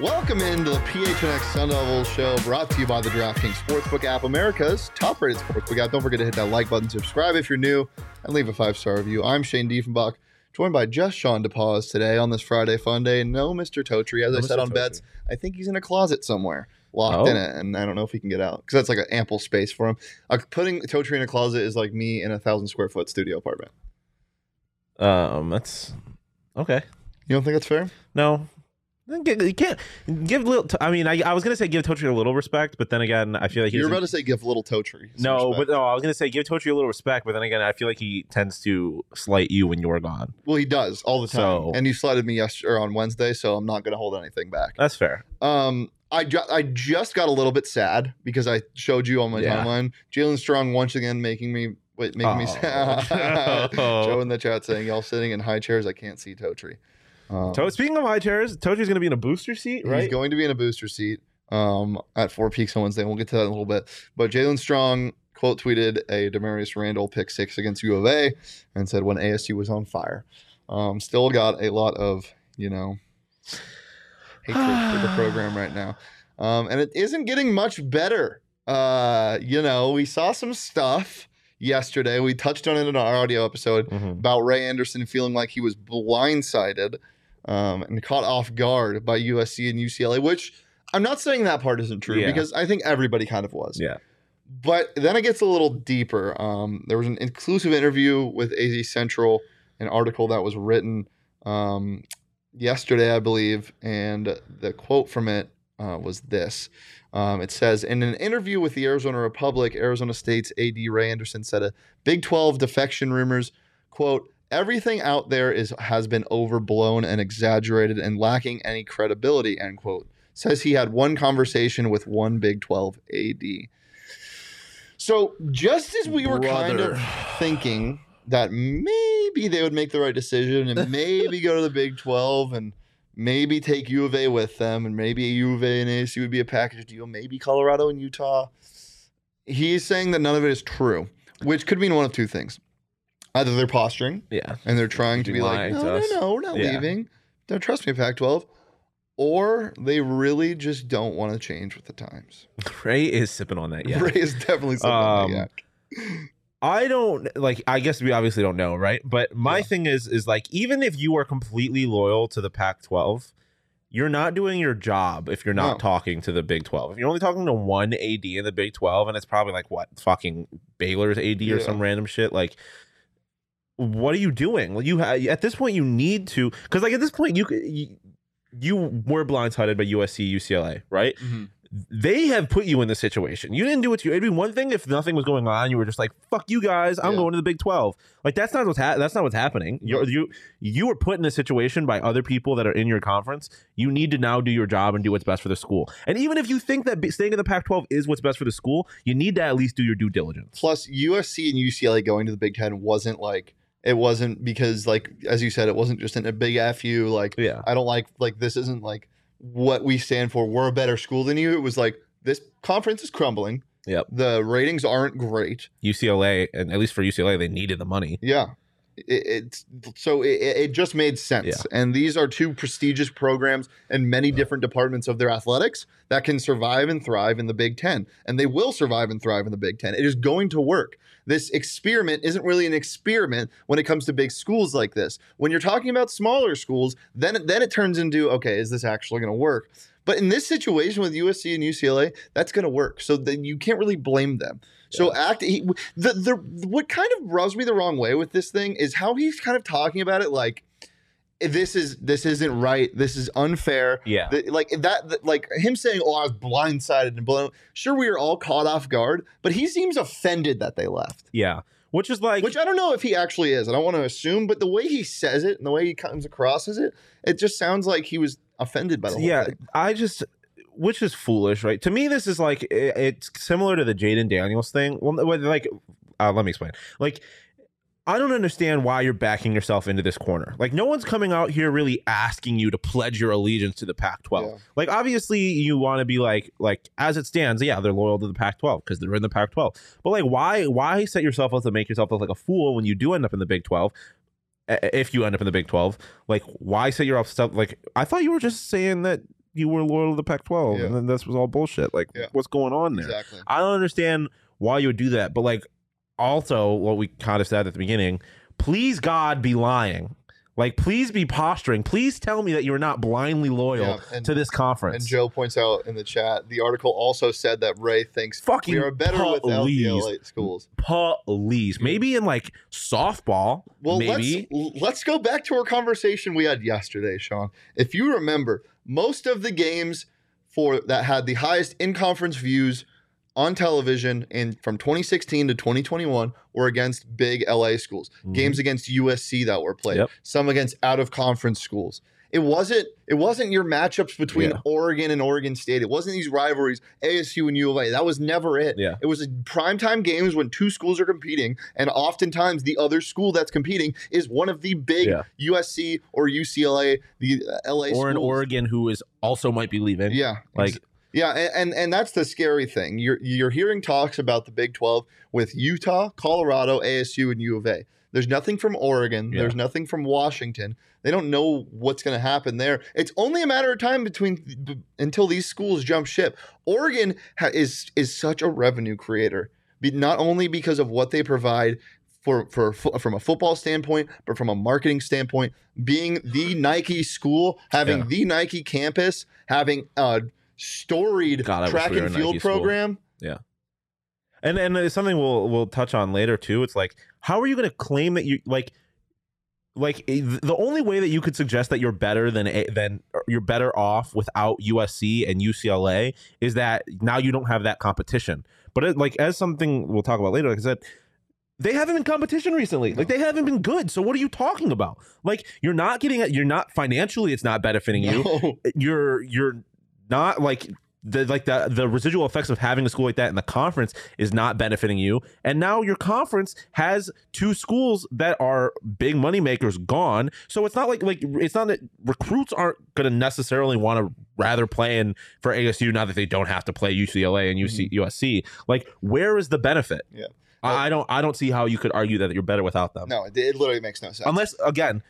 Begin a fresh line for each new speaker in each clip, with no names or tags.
Welcome into the PHNX Sun Devil Show, brought to you by the DraftKings Sportsbook app, America's top-rated sportsbook app. Don't forget to hit that like button, subscribe if you're new, and leave a five-star review. I'm Shane Diefenbach, joined by just Sean DePaz today on this Friday Fun Day. No Mr. Totri, as I
Mr.
said on
Totri.
bets, I think he's in a closet somewhere, locked
Oh.
in it, and I don't know if he can get out because that's like an ample space for him. Like putting Totri in a closet is like me in a thousand square foot studio apartment.
Um, that's okay.
You don't think that's fair?
No, you can't give little. I mean, I, I was gonna say give Totri a little respect, but then again, I feel like he
You're
doesn't-
about to say give little Totri. some
no,
respect.
but no, I was gonna say give Totri a little respect, but then again, I feel like he tends to slight you when you're gone.
well, he does all the time.
So-
and you slotted me yesterday or on Wednesday, so I'm not going to hold anything back.
That's fair.
Um, I, ju- I just got a little bit sad because I showed you on my
Yeah.
timeline. Jalen Strong once again making me wait, making me
Oh.
sad.
No.
Joe in the chat saying y'all sitting in high chairs. I can't see Totri. Um,
To- speaking of high chairs, Totri's gonna be in a booster seat,
he's
right?
going to be in a booster seat um, at Four Peaks on Wednesday. We'll get to that in a little bit. But Jalen Strong quote tweeted a Demarius Randall pick six against U of A and said when ASU was on fire. Um, still got a lot of you know hatred for the program right now, um, and it isn't getting much better. Uh, you know, we saw some stuff yesterday. We touched on it in our audio episode
Mhm.
about Ray Anderson feeling like he was blindsided um, and caught off guard by USC and UCLA, which I'm not saying that part isn't true
Yeah.
because I think everybody kind of was.
Yeah.
But then it gets a little deeper. Um, there was an exclusive interview with AZ Central, an article that was written um, yesterday, I believe, and the quote from it uh, was this. Um, it says In an interview with the Arizona Republic, Arizona State's AD Ray Anderson said a Big 12 defection rumors, quote, everything out there is has been overblown and exaggerated and lacking any credibility, end quote. Says he had one conversation with one Big 12 AD. So just as we were kind of
Brother.
thinking that maybe they would make the right decision and maybe go to the Big 12 and maybe take U of A with them, and maybe U of A and ASU would be a package deal, maybe Colorado and Utah. He's saying that none of it is true, which could mean one of two things. Either they're posturing
Yeah.
and they're trying to
Be
be like,
lying
no,
to
no,
us."
no, we're not
Yeah.
leaving. Don't trust me, Pac 12. Or they really just don't want to change with the times.
Ray is sipping on that. Yeah.
Ray is definitely something.
Um,
yeah.
I don't like I guess we obviously don't know, right? But my thing is is like even if you are completely loyal to the Pac-12, you're not doing your job if you're not
No.
talking to the Big 12. If you're only talking to one AD in the Big 12 and it's probably like what fucking Baylor's AD or
Yeah.
some random shit like what are you doing? Well, you ha- at this point you need to cuz like at this point you, c- you you were blindsided by USC UCLA, right? they have put you in this situation. You didn't do what you. It'd be one thing if nothing was going on. You were just like, "Fuck you guys, I'm
Yeah.
going to the Big 12." Like that's not what's ha- that's not what's happening. You you you were put in a situation by other people that are in your conference. You need to now do your job and do what's best for the school. And even if you think that be- staying in the Pac-12 is what's best for the school, you need to at least do your due diligence.
plus USC and UCLA going to the Big Ten wasn't like it wasn't because like as you said, it wasn't just in a big fu like
Yeah.
I don't like like this isn't like what we stand for. We're a better school than you. It was like this conference is crumbling.
Yep.
The ratings aren't great.
UCLA and at least for UCLA, they needed the money.
Yeah. It, it's so it, it just made sense. And these are two prestigious programs in many different departments of their athletics that can survive and thrive in the Big Ten, and they will survive and thrive in the Big Ten. It is going to work. This experiment isn't really an experiment when it comes to big schools like this. When you're talking about smaller schools, then it- then it turns into okay, is this actually going to work? But in this situation with USC and UCLA, that's going to work. So that you can't really blame them. So act he, the the what kind of rubs me the wrong way with this thing is how he's kind of talking about it like this is this isn't right. This is unfair.
Yeah.
The- like that, that- like him saying, "Oh, I was blindsided and blown." Sure, we are all caught off guard, but he seems offended that they left.
Yeah. Which is like
Which I don't know if he actually is. I don't want to assume, but the way he says it and the way he comes across as it, it just sounds like he was offended by the whole
yeah,
thing.
I just which is foolish, right? To me, this is like i- it's similar to the Jaden Daniels thing. Well, no, wait, like, uh, let me explain. Like, I don't understand why you're backing yourself into this corner. Like, no one's coming out here really asking you to pledge your allegiance to the Pac-12.
Yeah.
Like, obviously, you want to be like, like as it stands, yeah, they're loyal to the Pac-12 because they're in the Pac-12. But like, why, why set yourself up to make yourself look like a fool when you do end up in the Big 12? I- If you end up in the Big 12, like, why set yourself like? I thought you were just saying that you were loyal to the Pac-12,
Yeah.
and then this was all bullshit. Like,
Yeah.
what's going on there?
Exactly.
I don't understand why you would do that, but like, also what we kind of said at the beginning. Please God be lying. Like, please be posturing. Please tell me that you're not blindly loyal
Yeah, and-
to this conference.
And Joe points out in the chat, the article also said that Ray thinks
Fucking
we are better without the
please.
LA schools.
Police. Maybe in like softball.
Well,
maybe.
let's let's go back to our conversation we had yesterday, Sean. If you remember, most of the games for that had the highest in-conference views on television in from 2016 to 2021 were against big LA schools.
Mhm.
Games against USC that were played,
Yep.
some against out-of-conference schools. It wasn't it wasn't your matchups between
Yeah.
Oregon and Oregon State. It wasn't these rivalries, ASU and U of A. That was never it.
Yeah.
It was primetime games when two schools are competing, and oftentimes the other school that's competing is one of the big
Yeah.
USC or UCLA, the uh, LA
Or in
schools.
Oregon, who is also might be leaving.
Yeah.
Like,
Yeah, a- and and that's the scary thing. You're you're hearing talks about the Big 12 with Utah, Colorado, ASU and U of A. There's nothing from Oregon,
Yeah.
there's nothing from Washington. They don't know what's going to happen there. It's only a matter of time between b- until these schools jump ship. Oregon ha- is is such a revenue creator. Be, not only because of what they provide for for fo- from a football standpoint, but from a marketing standpoint, being the Nike school, having
Yeah.
the Nike campus, having a storied
God, I wish
track
we were
and
a
field
Nike school.
program.
and and it's something we'll we'll touch on later too. It's like how are you going to claim that you like like eh, th- the only way that you could suggest that you're better than a- than or you're better off without USC and UCLA is that now you don't have that competition. But it, like as something we'll talk about later, like I said. They haven't been competition recently. Like they haven't been good. So what are you talking about? Like you're not getting it. You're not financially. It's not benefiting you
No.
you're you're not like the like the the residual effects of having a school like that in the conference is not benefiting you and now your conference has two schools that are big money makers gone so it's not like like it's not that recruits aren't going to necessarily want to rather play in for ASU now that they don't have to play UCLA and UC, USC like where is the benefit
Yeah.
I, I don't i don't see how you could argue that you're better without them
No, it, it literally makes no sense.
unless again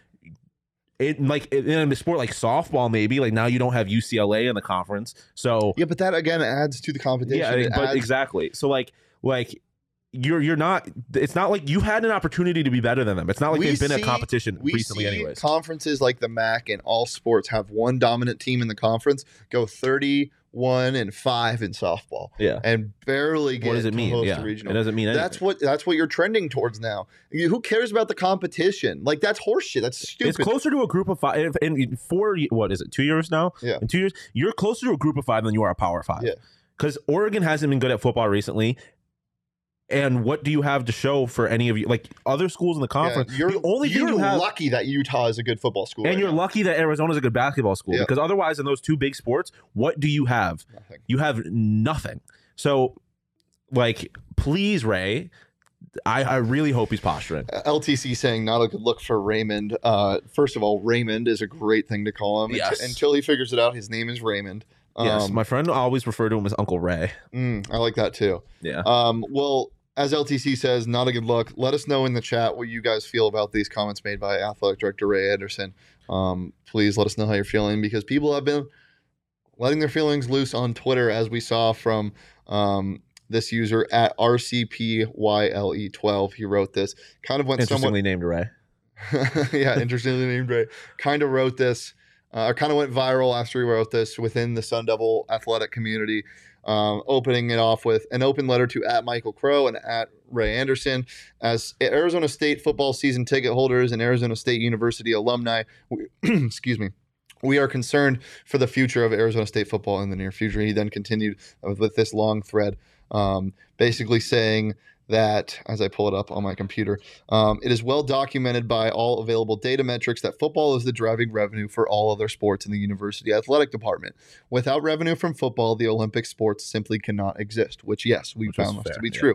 it like in a sport like softball maybe like now you don't have ucla in the conference so
yeah, but that again adds to the competition.
yeah
It
but
adds-
exactly so like like you're you're not it's not like you had an opportunity to be better than them it's not like
We
they've been
see-
a competition
we
recently
see
anyways
conferences like the MAC and all sports have one dominant team in the conference go 31 and 5 in softball
yeah
and barely get
what does it
to
mean
host
yeah
a
it
regional.
doesn't mean anything.
That's what that's what you're trending towards now. You- who cares about the competition? Like that's horseshit. That's stupid.
it's closer to a group of five in four ye- what is it two years now
Yeah.
in two years you're closer to a group of five than you are a power five
Yeah.
because oregon hasn't been good at football recently and what do you have to show for any of you like other schools in the
Yeah,
conference
you're
the only thing
you're
you have
lucky that Utah is a good football school.
and
right
you're
now.
lucky that arizona's a good basketball school
Yeah.
because otherwise in those two big sports what do you have
Nothing.
you have nothing so like please ray i, I really hope he's posturing
Uh, LTC saying not a good look for Raymond. Uh, first of all, Raymond is a great thing to call him. Unt-
Yes.
Until he figures it out, his name is Raymond. Um,
yes my friend always referred to him as uncle ray
mm, I like that too.
yeah
Um, well, as LTC says, not a good look. Let us know in the chat what you guys feel about these comments made by athletic director Ray Anderson. Um, please let us know how you're feeling because people have been letting their feelings loose on Twitter, as we saw from um, this user at RCPYLE12. E He wrote this. Kind of went somewhat
Interestingly named Ray.
yeah, interestingly named Ray. Kind of wrote this, uh, or kind of went viral after he wrote this within the Sun Devil athletic community, um, opening it off with an open letter to at Michael Crow and at Ray Anderson. As Arizona State football season ticket holders and Arizona State University alumni, we, excuse me. We are concerned for the future of Arizona State football in the near future. He then continued with this long thread, um, basically saying that, as I pull it up on my computer, um, it is well documented by all available data metrics that football is the driving revenue for all other sports in the university athletic department. Without revenue from football, the Olympic sports simply cannot exist, which, yes, we
Which is
found this to
fair,
be
yeah.
true.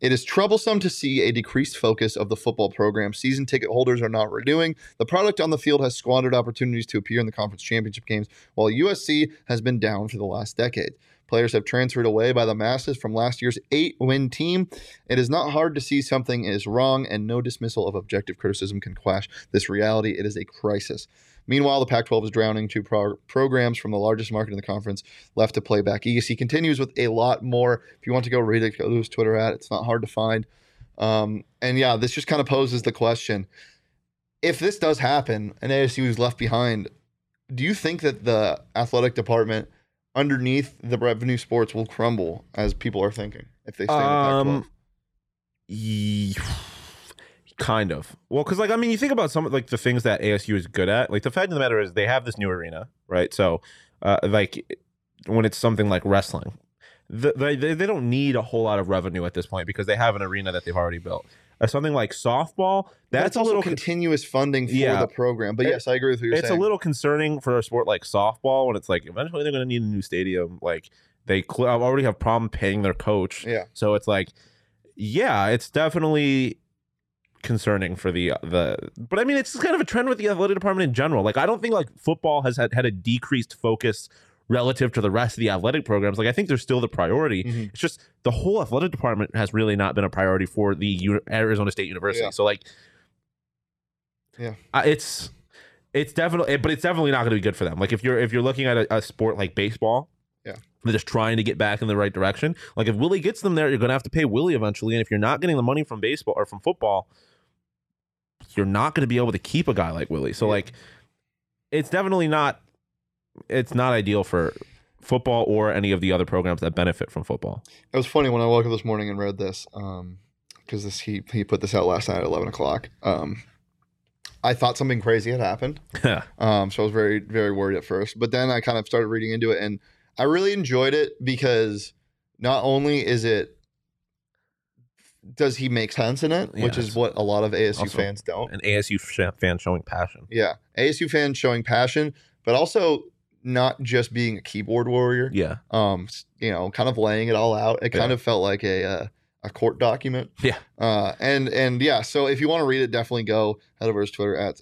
It is troublesome to see a decreased focus of the football program. Season ticket holders are not renewing. The product on the field has squandered opportunities to appear in the conference championship games, while USC has been down for the last decade. Players have transferred away by the masses from last year's eight win team. It is not hard to see something is wrong, and no dismissal of objective criticism can quash this reality. It is a crisis. Meanwhile, the Pac 12 is drowning two pro- programs from the largest market in the conference left to play back east. He continues with a lot more. If you want to go read it, go to his Twitter at. It's not hard to find. Um, and yeah, this just kind of poses the question if this does happen and ASU is left behind, do you think that the athletic department underneath the revenue sports will crumble as people are thinking if they stay in the Pac-12?
Um, ye- kind of. Well, because like I mean, you think about some of like the things that ASU is good at. Like the fact of the matter is, they have this new arena, right? So, uh, like when it's something like wrestling, the, they they they don't need a whole lot of revenue at this point because they have an arena that they've already built. Uh, something like softball,
But
that's
it's
a
also
little. con-
continuous funding for
Yeah.
the program. But
It-
yes, I agree with what you're
it's
saying.
a little concerning for a sport like softball when it's like eventually they're going to need a new stadium. Like they cl- already have problem paying their coach.
Yeah.
So it's like, yeah, it's definitely concerning for the the. But I mean, it's kind of a trend with the athletic department in general. Like I don't think like football has had, had a decreased focus relative to the rest of the athletic programs. Like I think they're still the priority.
Mhm.
It's just the whole athletic department has really not been a priority for the Uni- Arizona State University.
Yeah.
So like,
Yeah.
I- it's it's definitely, but it's definitely not going to be good for them. Like if you're if you're looking at a, a sport like baseball,
Yeah.
they're just trying to get back in the right direction. Like if Willie gets them there, you're going to have to pay Willie eventually, and if you're not getting the money from baseball or from football, you're not going to be able to keep a guy like Willie. So
Yeah.
like, it's definitely not it's not ideal for football or any of the other programs that benefit from football.
It was funny when I woke up this morning and read this, because this he he put this out last night at eleven o'clock. Um, I thought something crazy had happened, um, so I was very very worried at first. But then I kind of started reading into it, and I really enjoyed it because not only is it does he make sense in it,
Yeah,
which is
it's-
what a lot of ASU
Also-
fans don't.
An ASU sh- fan showing passion.
Yeah, ASU fans showing passion, but also not just being a keyboard warrior
Yeah.
um s- you know kind of laying it all out it kind
Yeah.
of felt like a uh, a court document
Yeah.
uh and and yeah so if you want to read it definitely go head over to his twitter at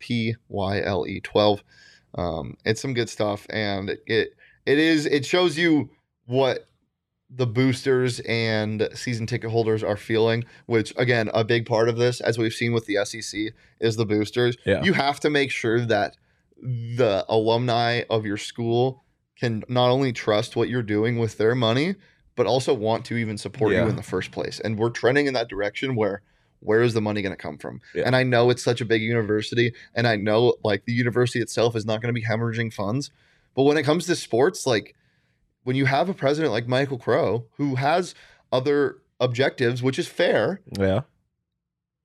rcpyle12 E um it's some good stuff and it it is it shows you what the boosters and season ticket holders are feeling which again a big part of this as we've seen with the E sec is the boosters
Yeah.
you have to make sure that the alumni of your school can not only trust what you're doing with their money, but also want to even support you
Yeah.
in the first place. And we're trending in that direction where where is the money going to come from?
Yeah.
And I know it's such a big university, and I know like the university itself is not going to be hemorrhaging funds, but when it comes to sports, like when you have a president like Michael Crow who has other objectives, which is fair,
Yeah.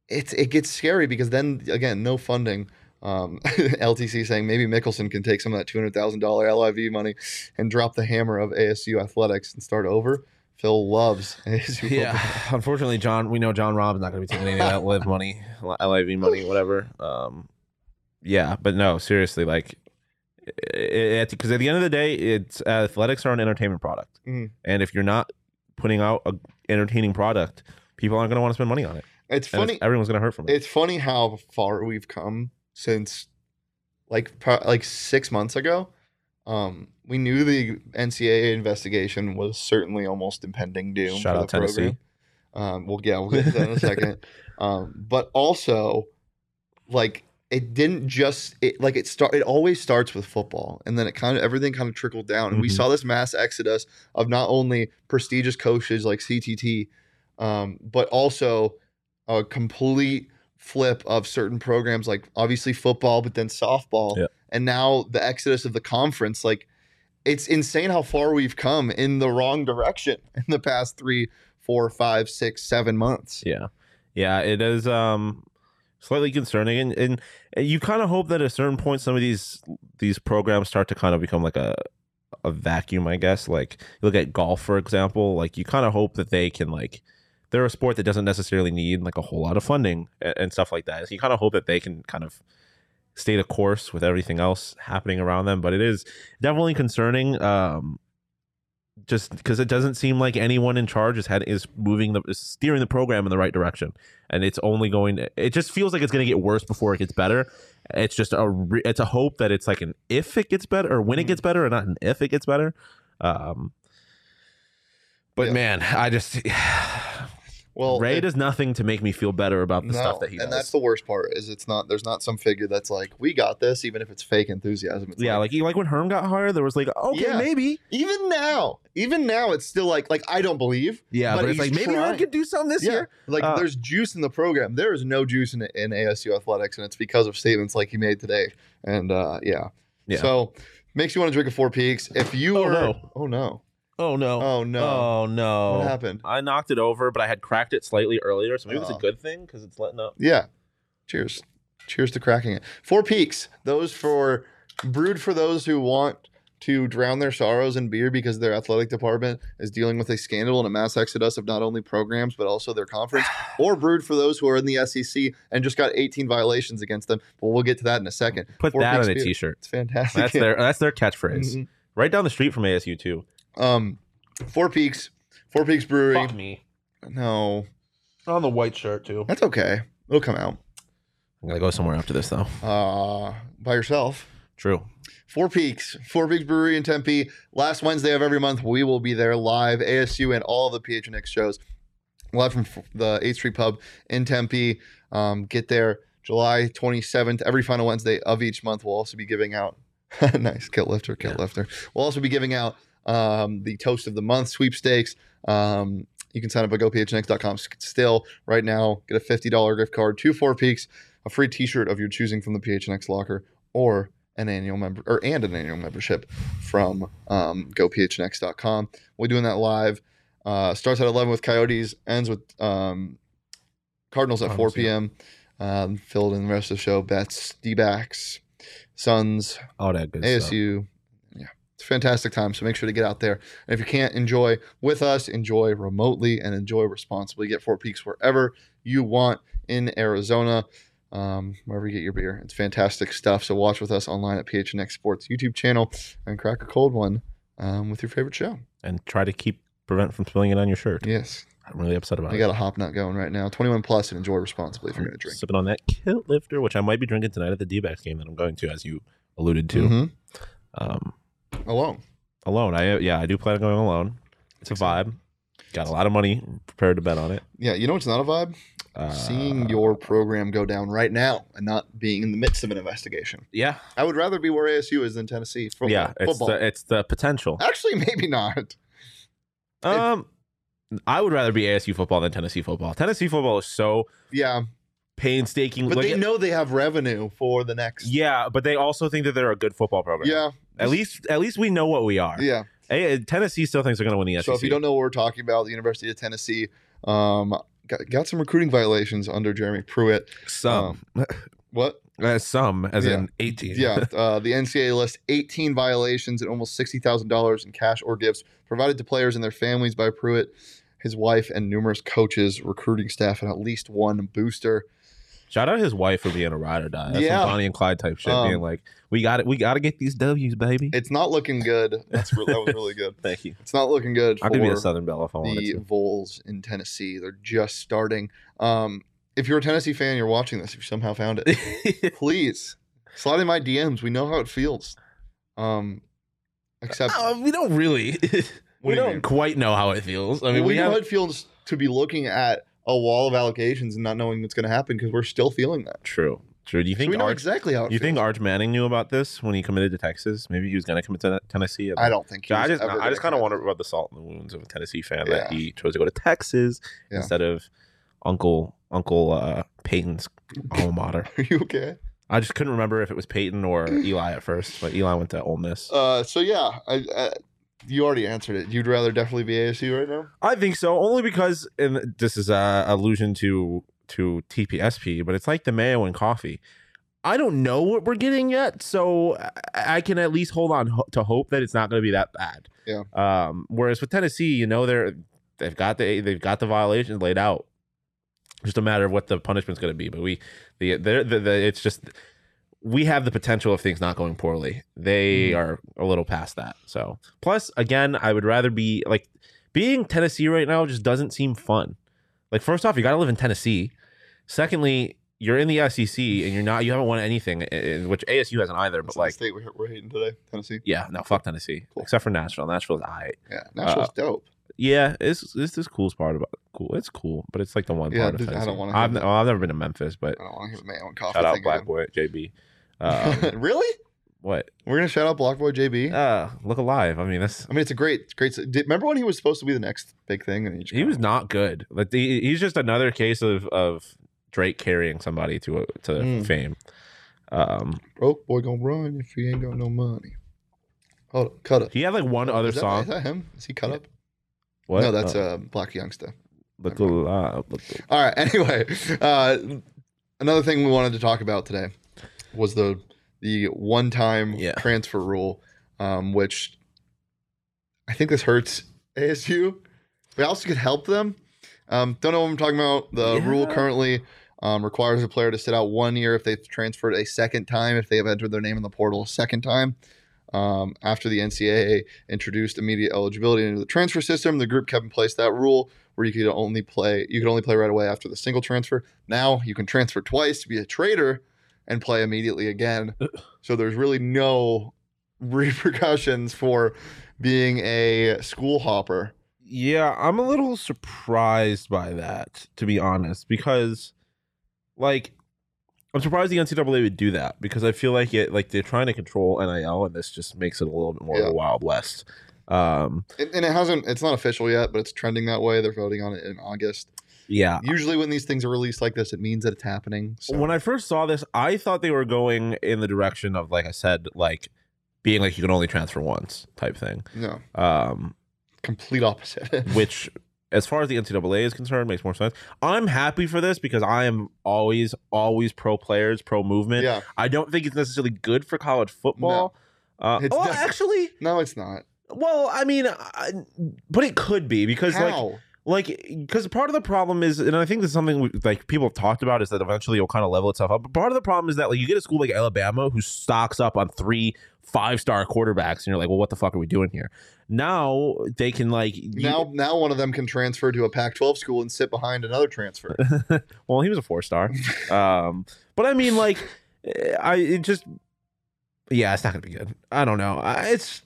it's it gets scary because then again, no funding. Um, LTC saying maybe Mickelson can take some of that two hundred thousand dollar LIV money and drop the hammer of ASU athletics and start over. Phil loves ASU. football.
Unfortunately, John, we know John Robb's not going to be taking any of that live money, LIV money, whatever. Um, yeah, but no, seriously, like, because at the end of the day, it's athletics are an entertainment product,
Mhm.
and if you're not putting out a entertaining product, people aren't going to want to spend money on it.
It's
And
funny.
it's- everyone's going to hurt from it.
It's funny how far we've come since, like, pro- like six months ago. Um, we knew the NCAA investigation was certainly almost impending doom.
Shout
for
out
the program.
Tennessee.
Um, well, yeah, we'll get to that in a second. Um, but also, like it didn't just it like it start it always starts with football and then it kind of everything kind of trickled down and we
Mhm.
saw this mass exodus of not only prestigious coaches like CTT um, but also a complete flip of certain programs like obviously football but then softball
Yeah.
and now the exodus of the conference like it's insane how far we've come in the wrong direction in the past three four five six seven months
Yeah. Yeah, it is um slightly concerning and, and and you kind of hope that at a certain point some of these these programs start to kind of become like a a vacuum, I guess. Like you look at golf for example, like you kind of hope that they can like they're a sport that doesn't necessarily need like a whole lot of funding and, and stuff like that. So you kind of hope that they can kind of stay the course with everything else happening around them, but it is definitely concerning um just because it doesn't seem like anyone in charge is head is moving the is steering the program in the right direction, and it's only going. To, it just feels like it's going to get worse before it gets better. It's just a re, it's a hope that it's like an if it gets better or when it
Mm.
gets better, and not an if it gets better. Um, but
Yeah.
man, I just
well
Ray
it-
does nothing to make me feel better about the stuff that he
and
does.
that's the worst part is it's not there's not some figure that's like we got this even if it's fake enthusiasm it's
yeah, like like when Herm got hired, there was like okay,
Yeah.
maybe
even now even now it's still like like i don't believe
yeah, but,
But
it's
he's
like maybe Herm
trying.
could do something this
yeah
year.
like
Uh,
there's juice in the program there is no juice in, in asu athletics and it's because of statements like he made today and uh yeah,
Yeah.
so makes you want to drink a four peaks if you
Oh,
were
no.
oh no
oh no.
oh no
Oh no!
what happened
I knocked it over, but I had cracked it slightly earlier, so maybe it's
Oh.
a good thing because it's letting up.
yeah cheers cheers to cracking it four peaks those for brewed for those who want to drown their sorrows in beer because their athletic department is dealing with a scandal and a mass exodus of not only programs but also their conference, or brewed for those who are in the SEC and just got 18 violations against them. But we'll get to that in a second.
Put
Four
that
Peaks
on a
beer.
t-shirt.
It's fantastic.
That's their that's their catchphrase.
Mhm.
Right down the street from ASU too.
Um, Four Peaks, Four Peaks Brewery.
Fuck me
No,
on the white shirt too.
that's okay. It'll come out
I'm gonna go somewhere after this though.
uh, by yourself.
True.
Four Peaks, Four Peaks Brewery in Tempe. Last Wednesday of every month, we will be there live, ASU and all of the PHNX shows, live from f- the 8th Street Pub in Tempe. Um, get there July 27th. Every final Wednesday of each month, we'll also be giving out, nice, kilt lifter, kilt lifter. We'll also be giving out um, the Toast of the Month sweepstakes. Um, you can sign up at gophnx.com s- still right now. Get a $50 gift card to Four Peaks, a free t shirt of your choosing from the PHNX locker, or an annual member or and an annual membership from um, gophnx.com. We're doing that live. Uh, starts at 11 with Coyotes, ends with um, Cardinals at 4
Cardinals, yeah.
p.m. Um, filled in the rest of the show. Bets, D backs, Suns,
All that good stuff.
ASU. Yeah. It's a fantastic time. So make sure to get out there. And if you can't enjoy with us, enjoy remotely and enjoy responsibly. Get Four Peaks wherever you want in Arizona, um, wherever you get your beer. It's fantastic stuff. So watch with us online at PHNX Sports YouTube channel and crack a cold one um, with your favorite show.
And try to keep prevent from spilling it on your shirt.
Yes.
I'm really upset about
I
it.
got a hop nut going right now. 21 plus and enjoy responsibly if you're going to drink.
Sipping on that kilt lifter, which I might be drinking tonight at the D-backs game that I'm going to, as you alluded to.
Mhm.
Um,
Alone.
alone, I yeah, I do plan on going alone. It's a vibe. Got a lot of money prepared to bet on it.
Yeah. You know what's not a vibe?
Uh,
Seeing your program go down right now and not being in the midst of an investigation.
yeah,
I would rather be where ASU is than Tennessee. Football.
yeah, it's
football.
the it's the potential.
Actually, maybe not.
Um, I would rather be ASU football than Tennessee football. Tennessee football is so
Yeah,
painstaking.
but
Like,
they know they have revenue for the next. Yeah,
Mm, yeah, but they also think that they're a good football program.
yeah,
at least at least we know what we are.
yeah.
Eh, Tennessee still thinks they're going to win the E SEC.
So if you don't know what we're talking about, the University of Tennessee um, got, got some recruiting violations under Jeremy Pruitt.
some
What?
Uh, some as
Um, yeah.
in eighteen.
Yeah, uh, the NCAA lists 18 violations and almost $60,000 in cash or gifts provided to players and their families by Pruitt, his wife, and numerous coaches, recruiting staff, and at least one booster.
Shout out his wife for being a ride or die. That's
Yeah.
some Bonnie and Clyde type shit.
Um,
being like, we got it. We got to get these W's, baby.
It's not looking good. That's re- that was really good.
Thank you.
It's not looking good.
I
for,
could be a Southern Belle if I wanted
the
to.
Vols in Tennessee. They're just starting. Um, if you're a Tennessee fan, you're watching this. If you somehow found it, please slide in my DMs. We know how it feels. Um, except
Uh, we don't really.
What
we
do you
don't
mean?
quite know how it feels. I
we,
mean, we,
know
have
how it feels to be looking at a wall of allegations and not knowing what's going to happen because we're still feeling that.
true, true. Do you
So
think
we know
Arch,
exactly how it
you
feels.
think Arch Manning knew about this when he committed to Texas? Maybe he was going to commit to Tennessee. and
I don't think. he
I
was
just,
ever
I just kind
gonna
of want to rub the salt in the wounds of a Tennessee fan that
Yeah.
he chose to go to Texas
Yeah.
instead of Uncle Uncle uh, Peyton's alma mater.
Are you okay?
I just couldn't remember if it was Peyton or Eli at first, but Eli went to Ole Miss.
Uh, so yeah, I, I, you already answered it. You'd rather definitely be ASU right now.
I think so, only because and this is a allusion to to TPSP, but it's like the mayo and coffee. I don't know what we're getting yet, so I- I can at least hold on ho- to hope that it's not going to be that bad.
Yeah.
Um, whereas with Tennessee, you know they're they've got the they've got the violations laid out. Just a matter of what the punishment's going to be, but we the they're, the the it's just we have the potential of things not going poorly. They
Mhm.
are a little past that. So plus again, I would rather be like being Tennessee right now just doesn't seem fun. Like first off, you got to live in Tennessee. Secondly, you're in the SEC and you're not you haven't won anything, eh, eh, which ASU hasn't either. But
That's
like,
the state we're, we're hating today, Tennessee.
yeah, no, fuck Tennessee
Cool.
except for Nashville. Nashville's I.
Yeah, Nashville's
Uh,
dope.
Yeah, it's it's this coolest part about cool. It's cool, but it's like the one
Yeah,
part of
dude, I
Tennessee.
don't wanna
I've,
have
ne- well, I've never been to Memphis, but
I don't want to hear mayo and coffee.
shout out
thing
Black
again.
Boy JB. Um,
really?
what?
We're gonna shout out Blockboy JB.
Uh, look alive. I mean, that's
I mean, it's a great, it's great. Did, remember when he was supposed to be the next big thing? And he, just
he
kinda-
was not good. Like he, he's just another case of of Drake carrying somebody to a, to
Mm.
fame. Um,
broke "Oh, boy gonna run if he ain't got no money. Hold up, cut up.
he had like one other
is that,
song.
Is that him? Is he cut up?
What?
No, that's uh, Black Youngster.
look alive. Look al-
All right. Anyway, uh, another thing we wanted to talk about today was the the one time
Yeah.
transfer rule, um, which I think this hurts ASU. We also could help them. Um, don't know what I'm talking about. The
Yeah.
rule currently um, requires a player to sit out one year if they've transferred a second time, if they have entered their name in the portal a second time. Um, after the NCAA introduced immediate eligibility into the transfer system, the group kept in place that rule where you could only play you could only play right away after the single transfer. Now you can transfer twice to be a trader and play immediately again. so there's really no repercussions for being a school hopper.
Yeah, I'm a little surprised by that, to be honest, because like I'm surprised the NCAA would do that because I feel like it like they're trying to control NIL and this just makes it a little bit more of
Yeah.
a wild west. Um
And, and it hasn't it's not official yet, but it's trending that way. They're voting on it in August.
yeah.
Usually when these things are released like this, it means that it's happening. So
When I first saw this, I thought they were going in the direction of like I said, like being like you can only transfer once type thing.
no,
Um
complete opposite.
which as far as the NCAA is concerned makes more sense. I'm happy for this because I am always always pro players, pro movement.
yeah.
I don't think it's necessarily good for college football. Uh,
It's
well,
not.
actually,
No, it's not.
well, I mean, I, but it could be because
How?
like like because part of the problem is, and I think this is something we, like people have talked about is that eventually it'll kind of level itself up. But part of the problem is that like you get a school like Alabama who stocks up on three five star quarterbacks, and you're like, well, what the fuck are we doing here? Now they can like you-
now now one of them can transfer to a Pac-12 school and sit behind another transfer.
well, he was a four star. um, but I mean, like, eh, I it just, yeah, it's not gonna be good. I don't know. I, it's,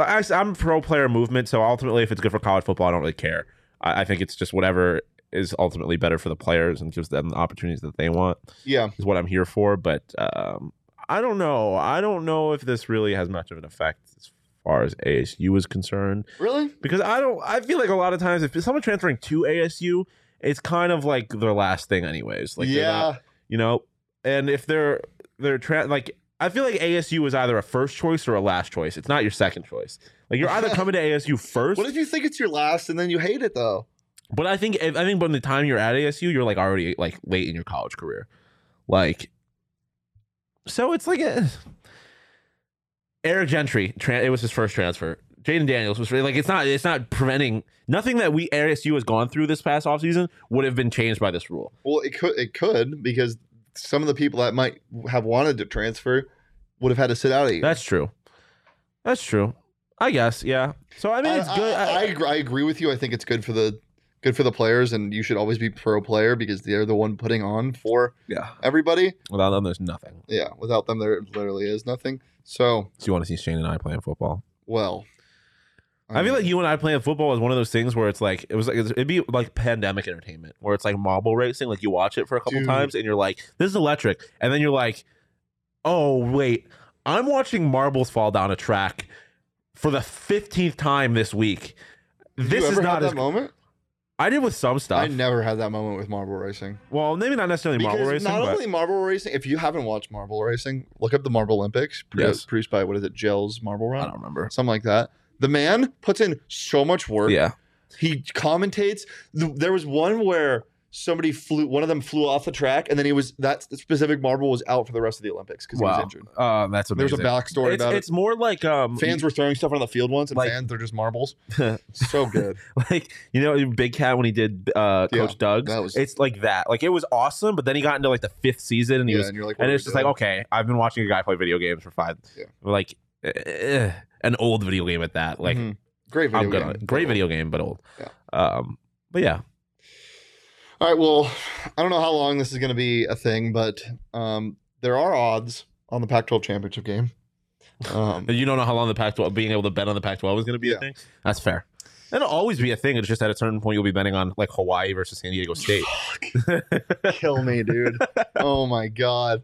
I, am pro player movement, so ultimately, if it's good for college football, I don't really care. I, I think it's just whatever is ultimately better for the players and gives them the opportunities that they want
yeah,
is what I'm here for. But um, I don't know. I don't know if this really has much of an effect as far as ASU is concerned
really?
because I don't. I feel like a lot of times if someone transferring to ASU, it's kind of like their last thing, anyways. Like they're
yeah,
not- you know. And if they're they're tra- like, I feel like ASU is either a first choice or a last choice. It's not your second choice. Like you're either coming to ASU first,
What if you think it's your last and then you hate it though?
but I think I think by the time you're at ASU, you're like already like late in your college career, like. So it's like a Eric Gentry. Tran- it was his first transfer. Jaden Daniels was like it's not it's not preventing nothing that we ASU has gone through this past offseason would have been changed by this rule.
Well, it could it could because some of the people that might have wanted to transfer would have had to sit out a year.
That's true. That's true. I guess yeah. So I mean it's good.
I, I, agree- I agree with you. I think it's good for the good for the players, and you should always be pro player because they're the one putting on for
yeah.
everybody.
Without them, there's nothing.
Yeah, without them, there literally is nothing. So
So you want to see Shane and I playing football?
well,
I feel like you and I playing football is one of those things where it's like it was like it'd be like pandemic entertainment where it's like marble racing, like you watch it for a couple
Dude.
times and you're like, this is electric, and then you're like, oh wait, I'm watching marbles fall down a track for the fifteenth time this week.
Did
This
you
is
ever
not
have
as
that moment.
I did with some stuff.
I never had that moment with marble racing.
Well, maybe not necessarily
Because
marble racing,
not
but
only marble racing. If you haven't watched marble racing, look up the Marble Olympics. Produ-
Yes.
Produced by what is it? Gels Marble
I
Run,
don't remember.
something like that. The man puts in so much work.
Yeah,
He commentates. Th- There was one where somebody flew. One of them flew off the track, and then he was that specific marble was out for the rest of the Olympics because he was
wow,
injured.
uh, that's amazing.
There's a backstory
it's,
about
it's more like um
it. Fans were throwing stuff on the field once, and
Like-
fans they're just marbles. so good.
like you know big cat when he did uh
Yeah,
coach doug's
that was-
it's like that like it was awesome but then he got into like the fifth season and he
Yeah,
was
and you're like, what
and
are
it's
we
just
doing?
like okay i've been watching a guy play video games for five
Yeah.
like eh, eh, an old video game at that like
Mhm. great video.
i'm gonna
game.
great video game but old
Yeah.
um but yeah
All right. Well, I don't know how long this is going to be a thing, but um, there are odds on the Pac-12 championship game. Um,
you don't know how long the pac 12 being able to bet on the pac 12 is going to be a
Yeah.
thing that's fair it'll always be a thing it's just at a certain point you'll be betting on like hawaii versus san diego state
kill me, dude. oh my god.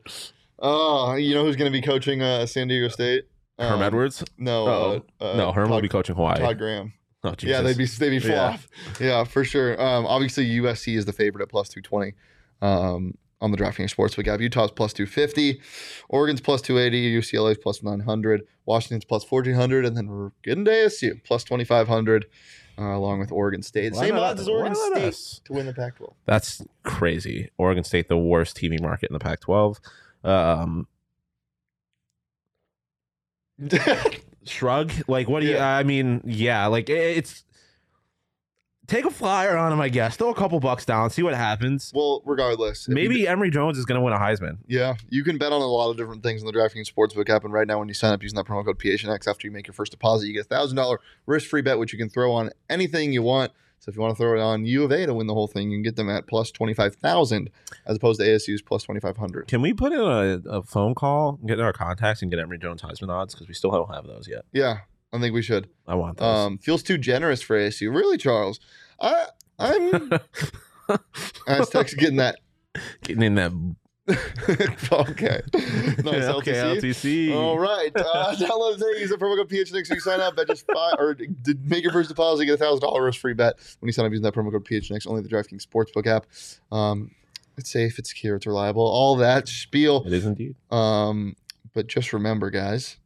Oh, you know who's going to be coaching uh, San Diego State?
herm
Um,
edwards
No.
Uh-oh.
uh, uh,
no herm will
Todd-
be coaching hawaii
Todd Graham.
oh, Jesus.
Yeah, they'd be they'd be
Yeah.
flop. Yeah, for sure. Um, obviously USC is the favorite at plus two twenty. Um, on the drafting sports, we have Utah's plus two fifty, Oregon's plus two eighty, UCLA's plus nine hundred, Washington's plus fourteen hundred, and then we're getting to ASU plus twenty five hundred, uh, along with Oregon State.
Why
Same
not-
odds as Oregon
why not
State
us?
to win the Pac twelve.
That's crazy. Oregon State, the worst TV market in the Pac-12. Um, shrug. Like, what do you?
Yeah.
I mean, yeah. Like, i- it's take a flyer on him. I guess throw a couple bucks down, see what happens.
well, regardless, if you
Maybe Emory Jones is going to win a Heisman.
Yeah, you can bet on a lot of different things in the DraftKings Sportsbook app. And right now, when you sign up using that promo code PHNX, after you make your first deposit, you get a thousand dollar risk free bet, which you can throw on anything you want. So if you want to throw it on U of A to win the whole thing, you can get them at plus twenty five thousand as opposed to ASU's plus twenty five hundred.
Can we put in a, a phone call, get our contacts, and get Emory Jones Heisman odds because we still don't have those yet.
Yeah, I think we should.
I want those.
Um, feels too generous for ASU, really, Charles. I I'm Aztecs getting that.
Getting in that.
okay, nice
okay,
LTC.
LTC.
All right. Uh, download today. Use the promo code PHNX when you sign up. Bet just five or d- d- make your first deposit. You get a thousand dollars free bet when you sign up using that promo code PHNX. Only the DraftKings Sportsbook app. Um, it's safe. It's secure. It's reliable. All that spiel.
It is indeed.
Um, but just remember, guys,